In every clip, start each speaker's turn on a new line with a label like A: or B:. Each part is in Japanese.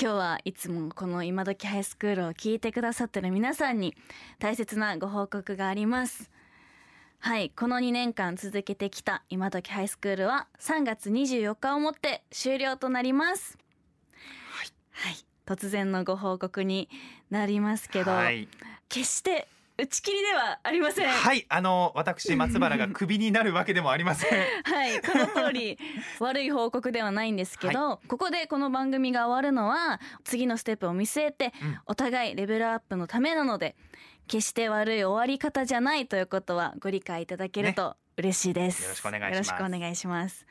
A: 今日はいつもこの今時ハイスクールを聞いてくださってる皆さんに大切なご報告がありますはいこの2年間続けてきた今時ハイスクールは3月24日をもって終了となりますはい、突然のご報告になりますけど、
B: はい、
A: 決して打ち切りではありません
B: はい、あの私松原がクビになるわけでもあり ません。
A: はい、この通 り悪い報告ではないんですけど、ここでこの番組が終わるのは次のステップを見据えて
B: うん
A: お互いレベルアップのためなので決して悪い終わり方じゃないということはご理解いただけると嬉しいです、
B: よろしくお願いします
A: よろしくお願いします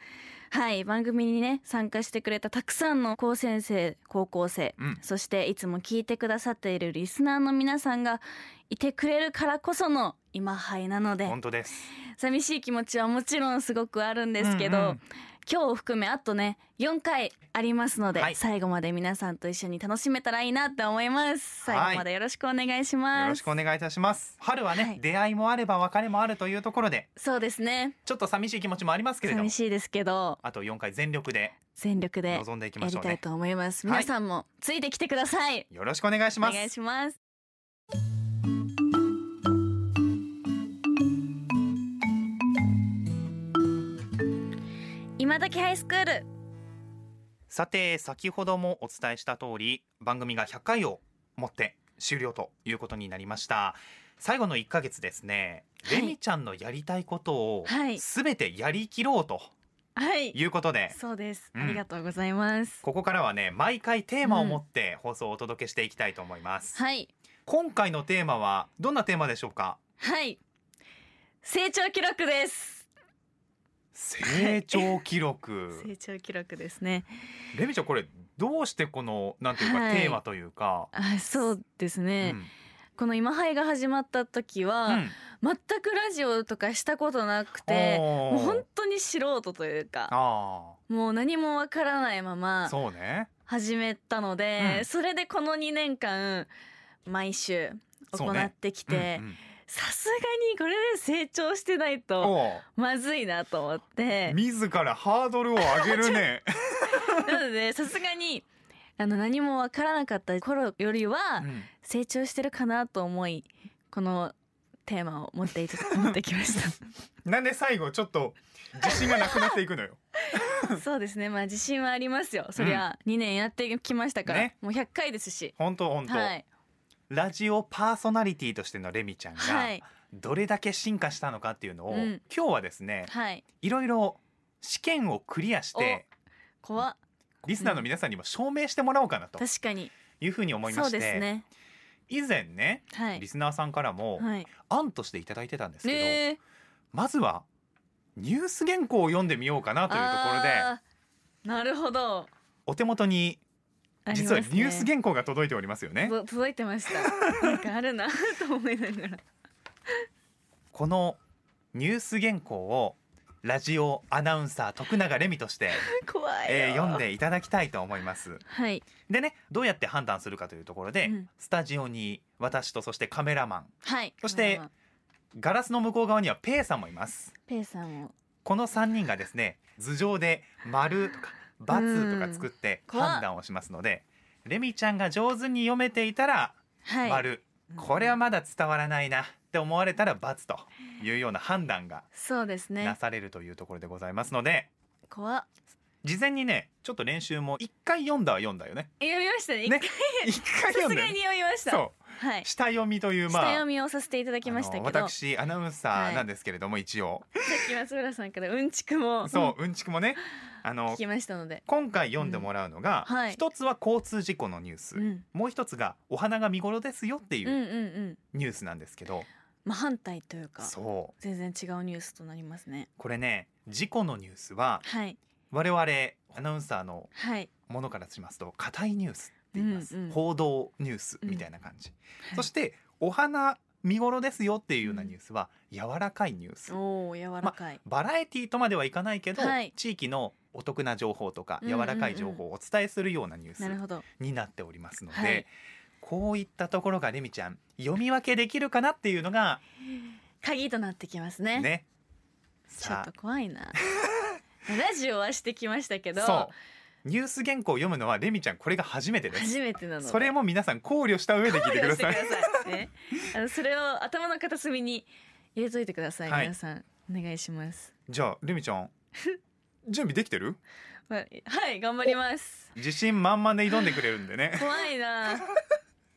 A: はい番組にね参加してくれたたくさんの高先生高校生
B: うん、
A: そしていつも聞いてくださっているリスナーの皆さんがいてくれるからこその今杯なので
B: 本当です。
A: 寂しい気持ちはもちろんすごくあるんですけど、
B: うんうん
A: 今日を含めあとね4回ありますので、
B: はい
A: 最後まで皆さんと一緒に楽しめたらいいなって思います
B: はい
A: 最後までよろしくお願いします、
B: よろしくお願いいたします。春はね、
A: はい
B: 出会いもあれば別れもあるというところで、
A: そうですね
B: ちょっと寂しい気持ちもありますけれども
A: 寂、しいですけど
B: あと4回全力で
A: 全力で
B: 臨んでいき
A: や
B: ま
A: り
B: しょう
A: たい
B: ね。
A: と思います、
B: はい
A: 皆さんもついてきてください
B: よろしくお願いし
A: お
B: ます。
A: 願いします今時ハイスクール
B: さて、先ほどもお伝えした通り、番組が100回をもって終了ということになりました。最後の1ヶ月ですね、
A: はい
B: レミちゃんのやりたいことを
A: はい
B: すべてやりきろうと
A: はい
B: いうことで、
A: そうです、
B: うん
A: ありがとうございます
B: ここからはね毎回テーマを持って放送をお届けしていきたいと思います、
A: はい
B: 今回のテーマはどんなテーマでしょうか
A: はい成長記録です
B: 成長記
A: 成
B: 録
A: 長記録ですね
B: レミちゃんこれどうしてこのなんていうか、
A: はい
B: テーマというか、
A: あそうです
B: う
A: ね、
B: ん
A: この今ハイが始まった時は、
B: うん
A: 全くラジオとかしたことなくてもう本
B: おー
A: 当に素人というか
B: あ
A: もう何もわからないま
B: ー
A: ま
B: そうね
A: 始めたので、
B: うん
A: それでこの2年間毎週
B: そ
A: 行
B: うね
A: ってきて
B: うんうん
A: さすがにこれで成長してないと
B: お
A: まずいなと思って
B: ー自らハードルを上げる ね、
A: なのでさすがにあの何もわからなかった頃よりは
B: うん
A: 成長してるかなと思いこのテーマを持っていた持ってきまし
B: なんで最後ちょっと自信がなくなっていくのよ
A: たそうです ねまあ自信はありますよそりゃ2年やってきましたから、
B: ね
A: もう100回ですし
B: 本当本当、
A: はい
B: ラジオパーソナリティとしてのレミちゃんが、
A: はい
B: どれだけ進化したのかっていうのを、
A: うん
B: 今日はですね
A: はい
B: いろいろ試験をクリアして
A: 怖っ
B: リスナーの皆さんにも証明してもらおうかなと
A: 確かに
B: いうふうに思いま
A: そう
B: し
A: で
B: て、
A: すね
B: 以前ね
A: はい
B: リスナーさんからも
A: はい
B: 案としていただいてたんですけど、
A: ねえ
B: まずはニュース原稿を読んでみようかなというところで
A: あーなるほど
B: お手元に
A: あり
B: 実
A: ま
B: は
A: すね
B: ニュース原稿が届いておりますよね。
A: と届いてましたなんかあるなと思いながら
B: このニュース原稿をラジオアナウンサー徳永レミとして、
A: 怖いよ
B: えー読んでいただきたいと思います。
A: はい
B: でねどうやって判断するかというところで、
A: うん
B: スタジオに私とそしてカメラマン
A: はい。
B: そして
A: まあまあ
B: ガラスの向こう側にはペイさんもいます
A: ペイさんも
B: この3人がですね頭上で「丸とか「×」とか作って
A: 怖っ
B: 判断をしますのでレミちゃんが上手に読めていたら「
A: はい。
B: 丸、これはまだ伝わらないなって思われたら「×」というような判断が
A: そうです
B: な
A: ね。
B: されるというところでございますので
A: 怖っ。
B: 事前にねちょっと練習も1回読んだは読んだよね。
A: 読みましたね。
B: ね
A: 一回
B: 一回
A: さ
B: 読
A: す
B: んだ
A: が
B: よ
A: に
B: ね
A: 読みました。
B: そう
A: はい。
B: 下読みという
A: 下
B: まあ
A: 読みをさせていただきましたけ
B: あ
A: ど、
B: の
A: さ
B: 私アナウンサーなんですけれども、一応
A: っき松村さんからうんちくも
B: そううんちくもねあ
A: 聞
B: の
A: きましたので、
B: 今回読んでもらうのが、
A: うんはい
B: 一つは交通事故のニュース、
A: うん、
B: もう一つがお花が見頃ですよってい
A: うんうん
B: う
A: うん。
B: ニュースなんですけど、
A: まあ反対というか、
B: そう
A: 全然違うニュースとなりますね。
B: これね事故のニュースは
A: はい
B: 我々アナウンサーの
A: はい。
B: ものからしますと硬いニュースって言います、
A: うんうん
B: 報道ニュースみたいな感じ、
A: はい
B: そしてお花見頃ですよっていうようなニュースは柔らかいニュース、
A: おお柔らかい。
B: バラエティーとまではいかないけど、
A: はい
B: 地域のお得な情報とか
A: うんうんう
B: 柔
A: ん
B: らかい情報をお伝えするようなニュー
A: なる
B: ス
A: ほど。
B: になっておりますので、
A: はい
B: こういったところがレミちゃん読み分けできるかなっていうのが
A: 鍵となってきますね。
B: ね
A: ちょっ
B: さ
A: と怖いな。ラジオはしてきましたけ
B: あ
A: ど、
B: そニュース原稿を読むのはレミちゃんこれが初めてです
A: 初めてなので
B: それも皆さん考慮した上で聞いてください
A: 考慮してくださいねあのそれを頭の片隅に入れといてください、
B: はい
A: 皆さんお願いします
B: じゃあレミちゃん 準備できてる
A: まあはい頑張り ます
B: 自信満々で挑んでくれるんでね
A: 怖いな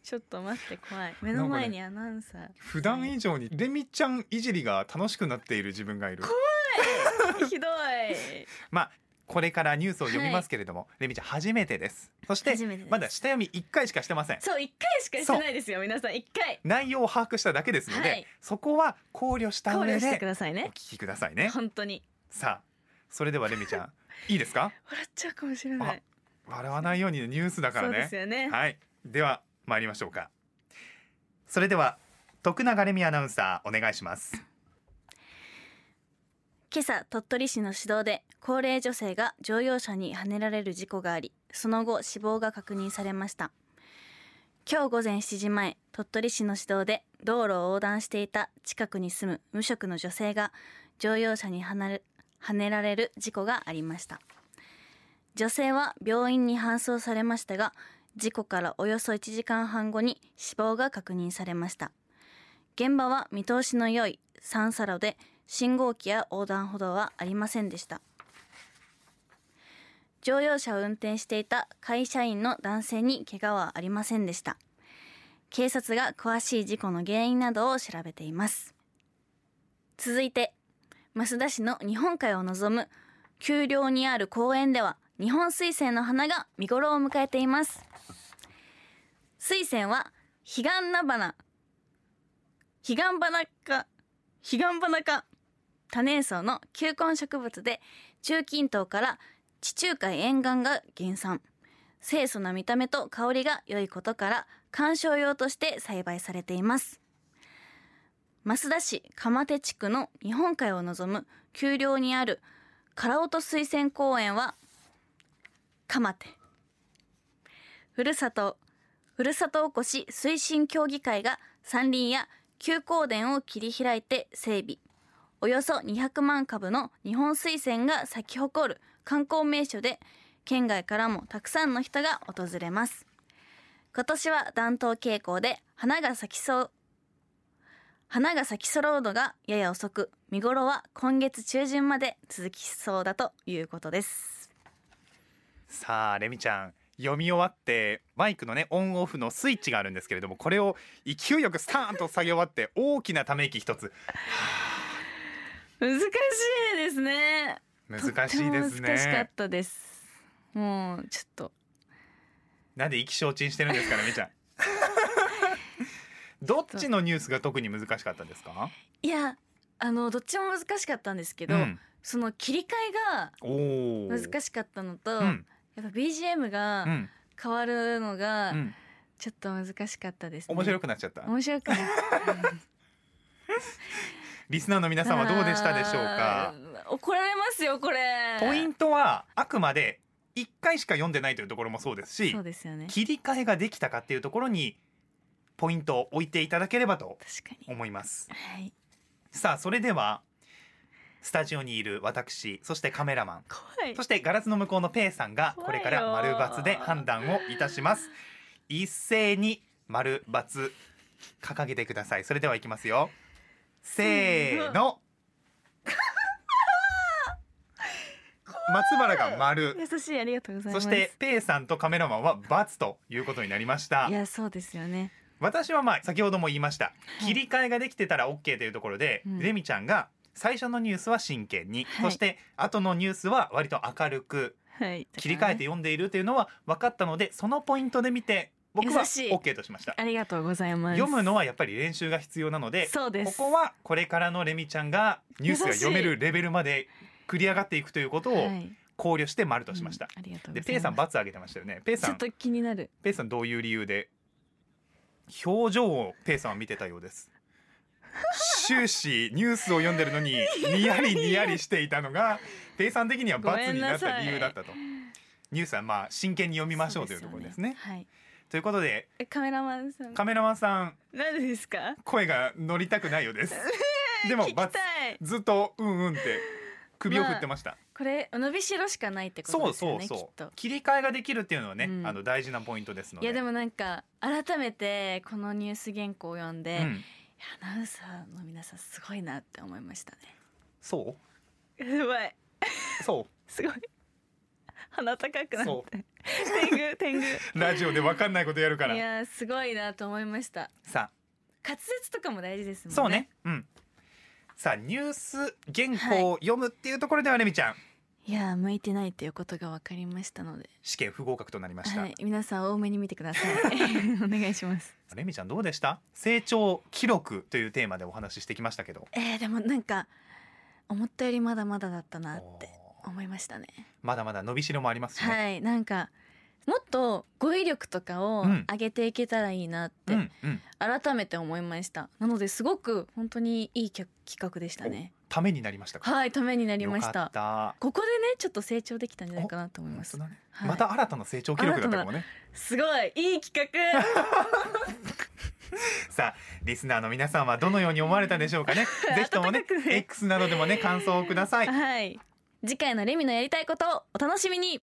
A: ちょっと待って怖い目の前にアナウンサー
B: 普段以上にレミちゃんいじりが楽しくなっている自分がいる
A: ひど い
B: まあこれからニュースを読みますけれども、レミちゃん初めてですそして
A: 初めてです
B: まだ下読み1回しかしてません
A: そう一回しかしてないですよ皆さん一回
B: 内容を把握しただけですので、
A: はい
B: そこは考慮した
A: 考慮
B: 上
A: してく
B: で
A: ださい
B: お
A: ね
B: 聞きくださいね
A: 本当に
B: さあそれではレミち ゃんいいですか
A: 笑っちゃうかもしれない
B: 笑わないようにニュースだか
A: そ
B: ら
A: うで
B: ね
A: すよね
B: はいでは参りましょうかそれでは徳永レミアナウンサーお願いします
A: 今朝鳥取市の市道で高齢女性が乗用車にはねられる事故がありその後死亡が確認されました今日午前7時前鳥取市の市道で道路を横断していた近くに住む無職の女性が乗用車にはなるはねられる事故がありました女性は病院に搬送されましたが事故からおよそ1時間半後に死亡が確認されました現場は見通しの良い三差路で信号機や横断歩道はありませんでした乗用車を運転していた会社員の男性に怪我はありませんでした警察が詳しい事故の原因などを調べています続いて増田市の日本海を望む丘陵にある公園では日本水仙の花が見頃を迎えています水仙は彼岸菜花彼岸花か彼岸花か多年草の球根植物で中近東から地中海沿岸が原産清楚な見た目と香りが良いことから観賞用として栽培されています増田市鎌手地区の日本海を望む丘陵にある唐音水仙公園は鎌手ふるさとふるさとおこし推進協議会が山林や休耕田を切り開いて整備およそ200万株の日本水仙が咲き誇る観光名所で県外からもたくさんの人が訪れます今年は暖冬傾向で花が咲きそう花が咲き揃うのがやや遅く見頃は今月中旬まで続きそうだということです
B: さあレミちゃん読み終わってマイクのねオンオフのスイッチがあるんですけれどもこれを勢いよくスターンと下げ終わって大きなため息一つ
A: 難しいですね
B: 難しいで
A: とって
B: す
A: も難しかっ
B: ね
A: たですもうちょっと
B: なんで意気消沈してるんですかレミ ちゃんどっちのニュースが特に難しかったですか、
A: いやあのどっちも難しかったんですけど、
B: うん、
A: その切り替え
B: おお
A: が難しかったのと、
B: うん
A: やっぱ BGM
B: う
A: が
B: ん
A: 変わるのが
B: うん、
A: ちょっと難しかったですね、
B: 面白くなっちゃった
A: 面白くない
B: リスナー の皆さんはどうでしたでしょうか
A: あー怒られますよこれ
B: ポイントはあくまで1回しか読んでないというところもそうですし
A: そうですよね
B: 切り替えができたかっていうところにポイントを置いていただければと
A: 確かに
B: 思います
A: はい
B: さあそれではスタジオにいる私そしてカメラマン
A: 怖い
B: そしてガラスの向こうのペイさんがこれから
A: 怖い
B: 丸
A: よ
B: ×で判断をいたします一斉に丸×掲げてくださいそれではいきますよせーの松原が丸
A: 優しいありがとうございま
B: そ
A: す
B: してペイさんとカメラマンは×ということになりました
A: いやそうですよね
B: 私はまあ先ほども言いました、
A: い
B: 切り替えができてたら OK というところで、
A: うん
B: レミちゃんが最初のニュースは真剣に、
A: はい
B: そして後のニュースは割と明るく
A: はい
B: 切り替えて
A: よ
B: 読んでいるというのは分かったのでそのポイントで見て僕は
A: 優しい
B: OK としました
A: ありがとうございます
B: 読むのはやっぱり練習が必要なので
A: そうです
B: ここはこれからのレミちゃんがニュースが読めるレベルまで繰り上がっていくということを
A: はい
B: 考慮して丸としました、
A: うんありがとうござい
B: で
A: ます
B: ペイさん×上げてましたよねペイさ
A: ちょっ
B: ん
A: と気になる
B: ペイさんどういう理由で表情をペイさんは見てたよう です終始ニュースを読んでるのにニヤリニヤリしていたのがペイさん的には
A: ごめ
B: 罰
A: ん
B: にな
A: な
B: っ
A: さい
B: た理由だったとニュースはまあ真剣に読みましょうというところですね
A: そうよはい
B: ということで
A: えカメラマンさん
B: カメラマンさん
A: 何でですか
B: 声が乗 りたくないようですでも
A: 聞きた
B: 罰
A: い
B: ずっとうんうんって首を振ってました、
A: これ伸びしろしかないってこと
B: そう
A: ですよ
B: そう
A: ねきっ
B: そう
A: と。
B: 切り替えができるっていうのはね、
A: うん
B: あの大事なポイントです
A: い
B: ので。
A: やでもなんか改めてこのニュース原稿を読んで、
B: う
A: いや
B: ん、
A: アナウンサーの皆さんすごいなって思いましたね。
B: そう
A: まい
B: そ
A: すごい鼻高くなっ
B: そ
A: て天狗天狗
B: う ラジオでわかんないことやるか
A: い
B: ら。
A: やーすごいなと思いました
B: さ
A: 滑舌とかも大事です
B: あ
A: もんね
B: そうねうん。さあニュース原稿を読むっていうところではレミちゃん
A: いやー向いてないということが分かりましたので
B: 試験不合格となりました。
A: はい皆さん多めに見てください お願いします
B: レミちゃんどうでした？成長記録というテーマでお話ししてきましたけど。
A: えー、でもなんか思ったよりまだまだだったなって
B: おー
A: 思いましたね
B: まだまだ伸びしろもありますしね。
A: はいなんかもっと語彙力とかを
B: うん
A: 上げていけたらいいなっ
B: う
A: て
B: んうん。
A: 改めて思いました、なのですごく本当にいい企画でしたね
B: ためになりましたか。
A: はいためにな
B: な
A: りました
B: た。
A: ここでねちょっと成長できたんじゃないかなと思いま
B: 本
A: す
B: 当だね
A: はい
B: また新たな成長記録だったかもね。
A: すごいいい企画
B: さあリスナーの皆さんはどのように思われたでしょうかね ぜひともね
A: 温かくね
B: X などでもね感想をください
A: はい次回のレミのやりたいことをお楽しみに